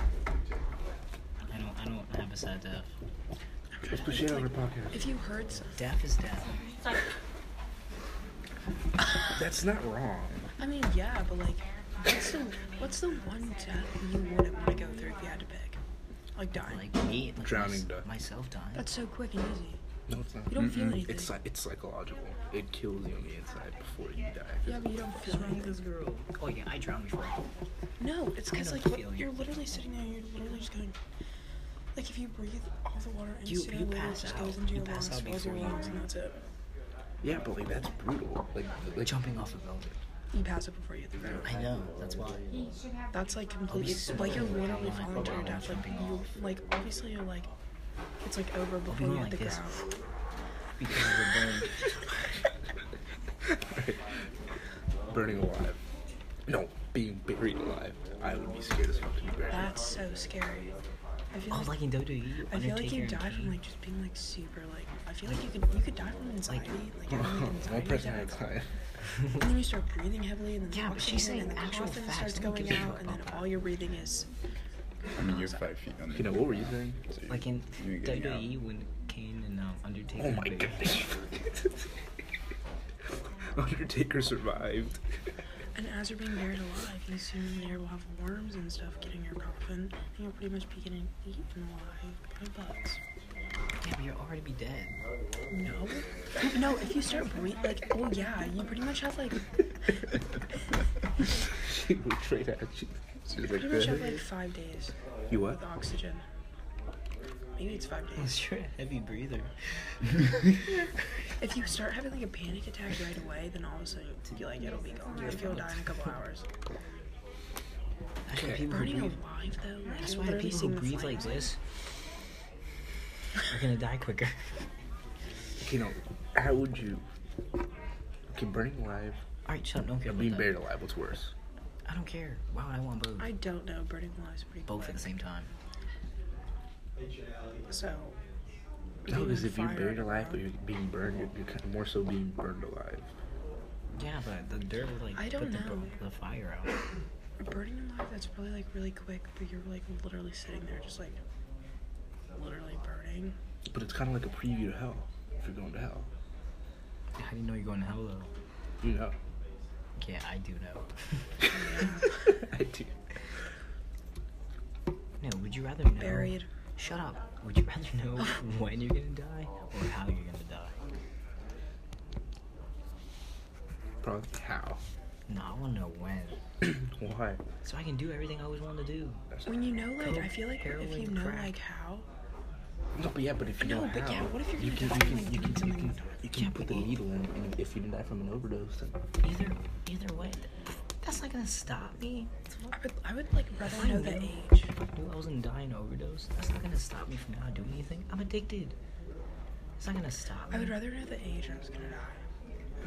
A: don't. I don't have a sad death.
D: Let's put shit on her podcast.
C: if you heard some,
A: Death is death.
D: That's not wrong.
C: I mean, yeah, but like, what's the what's the one death you wouldn't want to go through if you had to pick? Like dying.
A: Like me, like
D: Drowning
A: mys-
D: death.
A: Myself dying.
C: that's so quick and easy.
D: No, it's not.
C: You don't feel
B: Mm-mm.
C: anything.
D: It's psy- it's psychological. It kills you on the inside before you die.
C: yeah, but you don't feel anything.
A: girl. Oh yeah, I drowned before.
C: No, it's because
A: don't
C: like what-
A: feel you.
C: you're literally sitting there. You're literally just going. Like if you breathe all the water in,
A: You-
C: so
A: you
C: literally
A: pass
C: just
A: out.
C: goes into
A: You
C: your
A: pass
C: lungs,
A: out
C: fills your
A: before you
C: lungs, and
A: even-
C: that's it.
D: Yeah, but like that's brutal. Like like
A: Jumping off a building.
C: You pass it before you hit the ground.
A: I know. That's why.
C: That's like completely
A: Oh, so oh
C: like you're literally
A: glad
C: falling to your
A: I'm
C: death. Like
A: jumping
C: you like obviously you're like it's like over before you
A: going like
C: hit the
A: this.
C: ground.
A: Because of the burn.
D: burning alive. No, being buried alive. I would be scared as fuck to be buried. alive.
C: That's so scary. I feel
A: Oh,
C: like,
A: like in WWE.
C: I feel like
A: Undertaker
C: you
A: and
C: die
A: Kane.
C: from like just being like super like I feel like you could you could die from anxiety. Like, having, like
D: One
C: anxiety
D: person at a
C: attacks.
D: time.
C: And then you start breathing heavily and then
A: Yeah,
C: the
A: but she's
C: oxygen,
A: saying
C: and then the
A: actual
C: coffin
A: facts,
C: starts
A: don't
C: going
A: give a
C: out
A: fuck
C: and then
A: about
C: all you're breathing is
B: I mean, you're five feet under.
D: You know what were you saying?
B: so you-
A: Like in
B: you ain't getting out.
A: WWE when Kane and um, Undertaker.
D: Oh my
A: did-
D: god. Undertaker survived.
C: And as you're being buried alive, you soon there will have worms and stuff getting your coffin, and you'll pretty much be getting eaten alive by bugs.
A: Yeah, but you'll already be dead.
C: No. No, if you start breathing, like, oh yeah, you pretty much have like,
D: she would trade at you. She was
C: pretty
D: like,
C: much have
D: that.
C: like five days
D: You what?
C: with oxygen. Maybe it's five days.
A: Unless you're a heavy breather.
C: If you start having like a panic attack right away, then all of a sudden you like it'll be gone. Like, you'll die in a couple hours.
A: That's why people who
C: Burning
A: breathe.
C: alive though, like,
A: Mm-hmm. That's
C: you're
A: why
C: literally
A: people who
C: seeing the
A: breathe like
C: flames.
A: this are gonna die quicker.
D: You know, how would you. Okay, burning alive
A: Alright, shut up. Don't care.
D: and
A: About
D: being
A: that.
D: buried alive, what's worse?
A: I don't care. Why would I want both?
C: I don't know. Burning alive is pretty.
A: Both
C: quick.
A: at the same time.
C: So.
D: No,
C: being
D: because if you're
C: fired
D: buried
C: up,
D: alive,
C: bro.
D: but you're being burned, you're, you're kind of more so being burned alive.
A: Yeah, but the dirt would like
C: I don't
A: put the,
C: know.
A: the fire out.
C: burning alive that's probably like really quick but you're like literally sitting there just like literally burning
D: But it's kind of like a preview to hell if you're going to hell.
A: How do you know you're going to hell though?
D: You know.
A: Yeah, I do know.
D: I do.
A: no, would you rather know?
C: buried
A: Shut up. Would you rather know when you're gonna die or how you're gonna die?
D: Probably how?
A: No, I wanna know when.
D: Why?
A: So I can do everything I always wanted to do.
C: when you know like
A: Coke,
C: i feel like
A: heroin,
C: if you know
A: crack.
C: like how
D: No, but yeah, but if you
C: No,
D: know
C: but
D: how,
C: yeah, what if you're
D: you
C: gonna
D: can,
C: die
D: you
C: like
D: can, you
C: doing
D: can, you
C: something-
D: can, you can
C: Yeah,
D: put
C: but
D: the
C: you-
D: needle in, and if you didn't die from an overdose, then
A: Either either way, th- that's not gonna stop me.
C: i would i would like rather know the
A: know.
C: age
A: I knew I was gonna die in overdose. That's not gonna stop me from not doing anything. I'm addicted. It's not gonna stop me.
C: i would rather know the age i was gonna die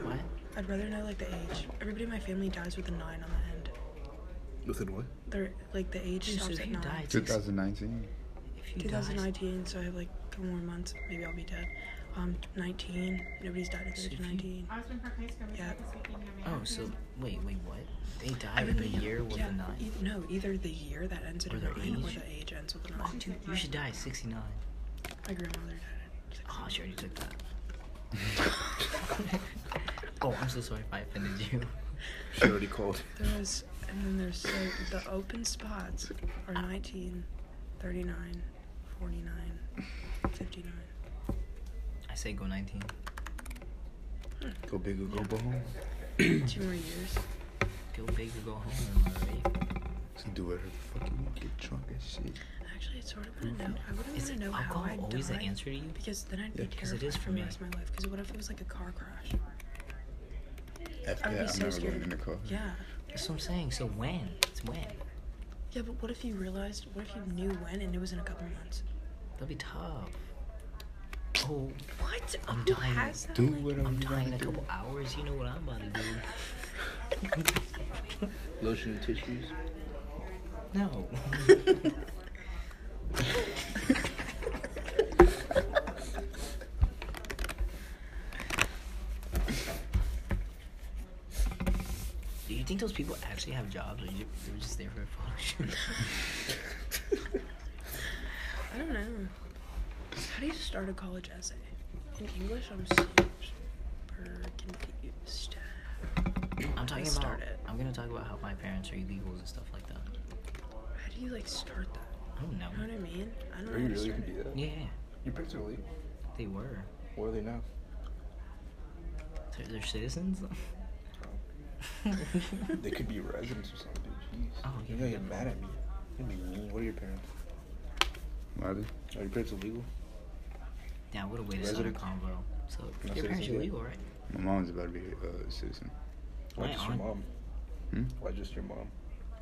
A: What?
C: i'd rather know like the age everybody in my family dies with a nine on the end
D: within what?
C: they're like the age
A: Dude, so
C: stops
A: if
C: at
A: you
C: nine
A: die, six, if
B: 2019.
A: you die,
C: 2019 so i have like three more months maybe i'll be dead um 19 nobody's died at the
A: So
C: age of
A: if you-
C: 19 yeah
A: Oh, so wait, wait, what? They
C: I
A: die
C: would
A: with a
C: be-
A: year with
C: yeah,
A: a nine.
C: e- no, either the year that ends at
A: Or
C: a
A: their
C: nine or
A: age.
C: the age ends with a
A: Oh,
C: nine.
A: dude, you should die at 69.
C: My grandmother died. at
A: Oh, she already took that. oh, I'm so sorry if I offended you.
D: She already called.
C: There was, and then there's so the open spots are 19, 39, 49, 59.
A: I say go 19.
B: Go big or go home.
C: Two more years.
A: Go big or go home. alright?
B: Just do whatever the fuck you want. Get drunk as shit.
C: Actually, it's sort of gonna know. I wouldn't want
A: Is
C: to know how
A: alcohol
C: I
A: always
C: died
A: the answer to you?
C: because then I'd be
B: Yeah,
A: 'cause it
C: terrified
A: is for
C: for the
A: me.
C: rest of my life. Because what if it was like a car crash?
B: After
C: I'd
B: that,
C: be
B: I'm
C: so
B: never
C: scared.
B: going in the car.
C: Yeah.
A: That's what I'm saying. So when? It's when.
C: Yeah, but what if you realized? What if you knew when and it was in a couple months?
A: That'll be tough. Oh,
C: What?
A: I'm
C: Who
A: dying.
C: has that?
B: Do
C: like-
B: whatever
A: I'm
B: you
A: dying in a
B: want to do.
A: couple hours. You know what I'm about to do.
D: Lotion and tissues.
A: No. Do you think those people actually have jobs, or you, they were just there for a photo shoot?
C: I don't know. How do you start a college essay? In English, I'm super confused.
A: I'm talking
C: Let's
A: about.
C: start it.
A: I'm gonna talk about how my parents are illegals and stuff like that.
C: How do you like start that?
A: I don't know.
C: You know what I mean? I don't know. how
D: Are
C: to
D: you really
C: start
D: gonna do
C: it.
D: that?
A: Yeah,
D: Your parents are elite.
A: they were.
D: What are they now?
A: They're, they're citizens.
D: They could be residents or something. Jeez.
A: Oh,
D: You're gonna get mad at me. You're gonna be mean. What are your parents?
B: Marty?
D: Are your parents illegal?
A: Yeah, what a way to start a
D: Resident.
A: convo. So
D: No
A: your parents
D: citizenship.
A: are illegal, right?
B: My mom's about to be uh, a citizen.
D: Why
A: My
D: just your
A: aunt-
D: mom?
B: Hmm?
D: Why just your mom?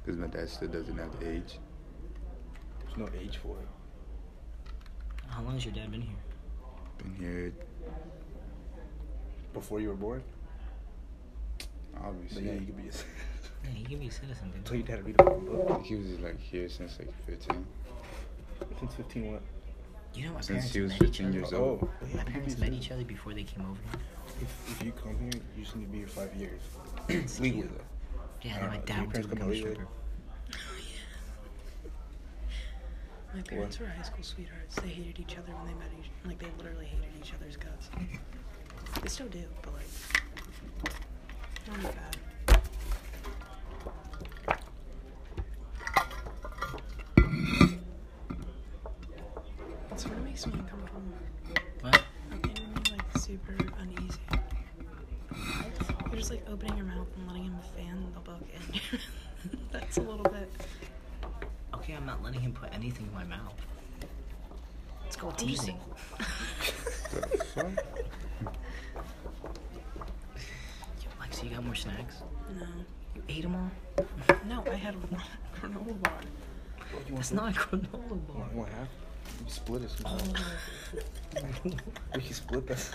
B: Because my dad still doesn't have the age.
D: There's no age for it.
A: How long has your dad been here?
B: Been here,
D: Before you were born? But
B: obviously.
D: yeah, you could be a
A: Yeah, he can be a citizen, dude.
D: So you'd have to read a book.
B: He was like here since like 15.
D: Since 15, what?
A: You know, my
B: Since
A: parents
B: he was
A: met each
B: 15
A: other.
B: years
D: Oh,
B: old.
D: yeah, you
A: My
D: could be
A: parents
D: a
A: met
D: citizen.
A: each other before they came over here.
D: If, if you come here, you just need to be here five years.
A: It's
D: Legally,
A: cute.
D: though.
A: Yeah,
D: I
A: then
D: don't
A: my
D: know, do
A: dad
D: your
A: went to
D: parents
A: become
D: come
A: a
D: illegally?
A: stripper.
C: My parents were high school sweethearts. They hated each other when they met each like they literally hated each other's guts. They still do, but like not that bad. It sort of makes me uncomfortable.
A: What?
C: It made me like super uneasy. You're just like opening your mouth and letting him fan the book in. That's a little bit.
A: Okay, I'm not letting him put anything in my mouth. It's called teasing. Yo, Lexi, you got more snacks?
C: No,
A: You ate them all?
C: no, I had a granola bar.
A: That's not Oh. a granola bar.
D: What happened? You split us. we can split this.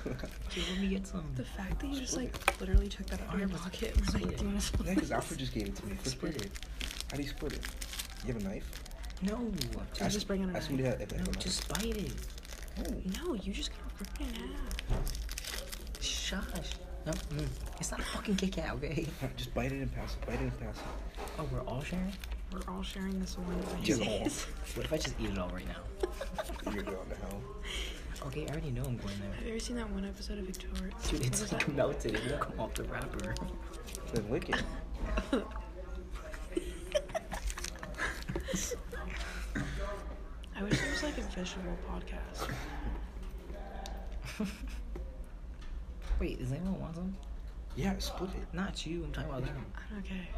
A: Dude, let me get some.
C: The fact that you just like literally took that out of your pocket and were like, do you want to
D: yeah,
C: split
D: because
C: this?
D: Alfred just gave it to me. Let's split
A: Split
D: it. How do you split it? You have a knife?
A: No,
C: I was just bringing it
D: I somebody had, if they have a
A: no,
D: knife.
A: just bite it.
D: Oh.
C: No, you just gotta rip it in half.
A: Shush. No, mm, it's not a fucking kick out, okay?
D: Huh, Just bite it and pass it. Bite it and pass it.
A: Oh, we're all sharing?
C: We're all sharing this one.
D: Get
C: Yes.
A: What if I just eat it all right now?
D: You're going to hell.
A: Okay, I already know I'm going
C: Have
A: there.
C: you ever seen that one episode of Victoria?
A: Dude,
C: what
A: it's
C: was
A: like
C: that?
A: melted. It will come off the wrapper.
D: Then lick it.
C: I wish there was like a visual podcast.
A: Wait, does anyone want some?
D: Yeah, split it.
A: Not you, I'm talking about them.
C: I'm okay.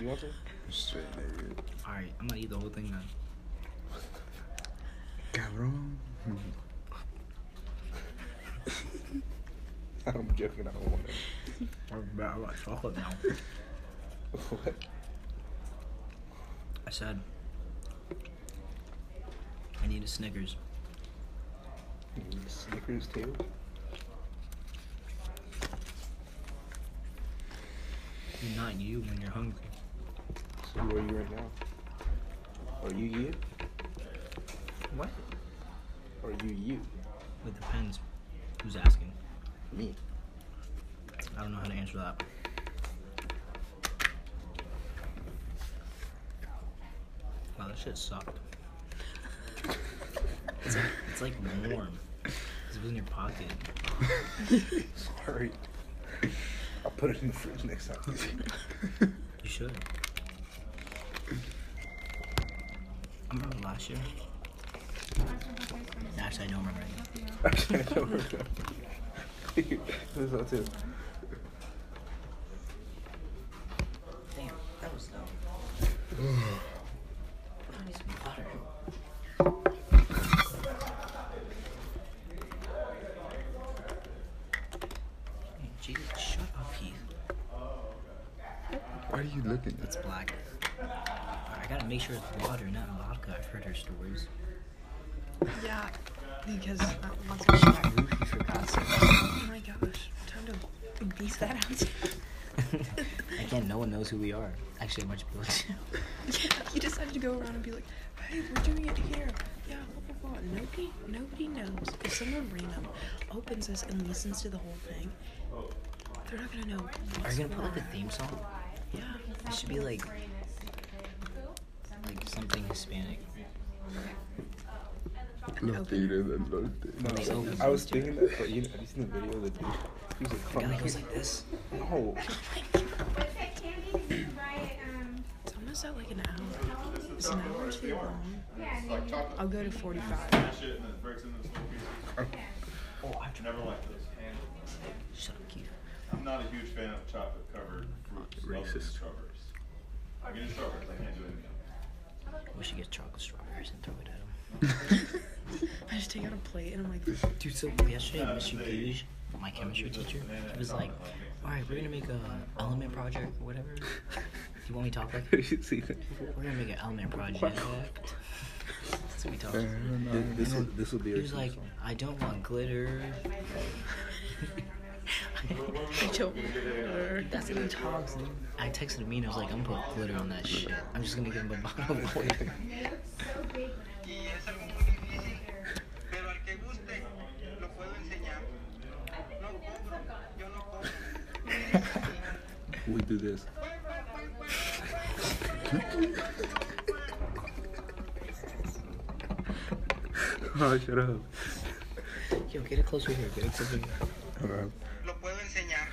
D: You want to?
B: Straight nigga.
A: Alright, I'm gonna eat the whole thing then.
B: Cabrón.
D: I'm joking. I don't want it.
A: I got chocolate now.
D: What?
A: I said, I need a Snickers.
D: You need a Snickers too?
A: Not you when you're hungry.
D: So where are you right now? Are you you?
A: What?
D: Are you you?
A: It depends who's asking.
D: Me.
A: I don't know how to answer that. Wow, that shit sucked. It's like, it's like warm. 'cause it was in your pocket.
D: Sorry. I'll put it in the fridge next time.
A: You should. I remember last year. Actually, I don't remember anything.
D: Actually, I don't remember. This one too.
A: Damn, that was dumb. I need some water. Hey, Jesus, shut up, Heath.
B: Why are you looking?
A: It's black. I gotta make sure it's water, not vodka. I've heard her stories.
C: Yeah, because that one's a shot.
A: Ruthie forgot
C: Oh my gosh, time to beast that out.
A: Again, no one knows who we are. Actually, a bunch of people do.
C: yeah, you decided to go around and be like, hey, we're doing it here. Yeah, blah, blah, blah. Nobody, nobody knows. If someone random opens this and listens to the whole thing, they're not gonna know.
A: Are
C: what's
A: you gonna put like
C: what.
A: a theme song?
C: Yeah.
A: It should be like, like something Hispanic.
B: Los tigres del norte.
D: No,
A: They
D: I was-
A: open
D: I was thinking that, but you know, have you seen the video of the dude? He
A: The
D: was like,
A: guy
D: "Fuck,
A: goes like this.
D: no.
H: What's that candy? Did you buy it? Um,
C: It's almost at like an hour. It's an hour too long.
H: yeah, and then
C: I'll go to 45.
A: Oh, I've tried. Never liked those. Shut up, Keith.
I: I'm not a huge fan of chocolate covered fruits. other than
D: Racist.
I: Strawberries. I mean, strawberries, I can't do anything.
A: We should get chocolate strawberries and throw it at him.
C: I just take out a plate and I'm like,
A: Dude, so yesterday, Mr. Gage, my chemistry teacher, he was like, all right, we're gonna make a element project or whatever. You want me to talk like
D: Have you seen that?
A: We're gonna make an element project. so we talked.
D: Th- This will, this will be
A: He
D: our
A: was
D: theme
A: like,
D: song.
A: I don't want glitter.
C: I don't want her.
A: That's what he talks. dude. I texted him and I was like, I'm gonna put glitter on that shit. I'm just gonna give him a bottle of glitter.
J: Pero al que guste, lo puedo enseñar. No cobro, yo no cobro.
D: We do this. oh, shut up.
A: Yo, get it closer here. Get it closer here.
B: Hello.
J: Lo puedo enseñar.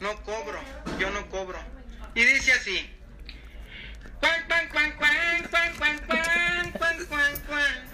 J: No cobro, yo no cobro. Y dice así. Cuan, cuan, cuan, cuan, cuan, cuan, cuan, cuan, cuan, cuan.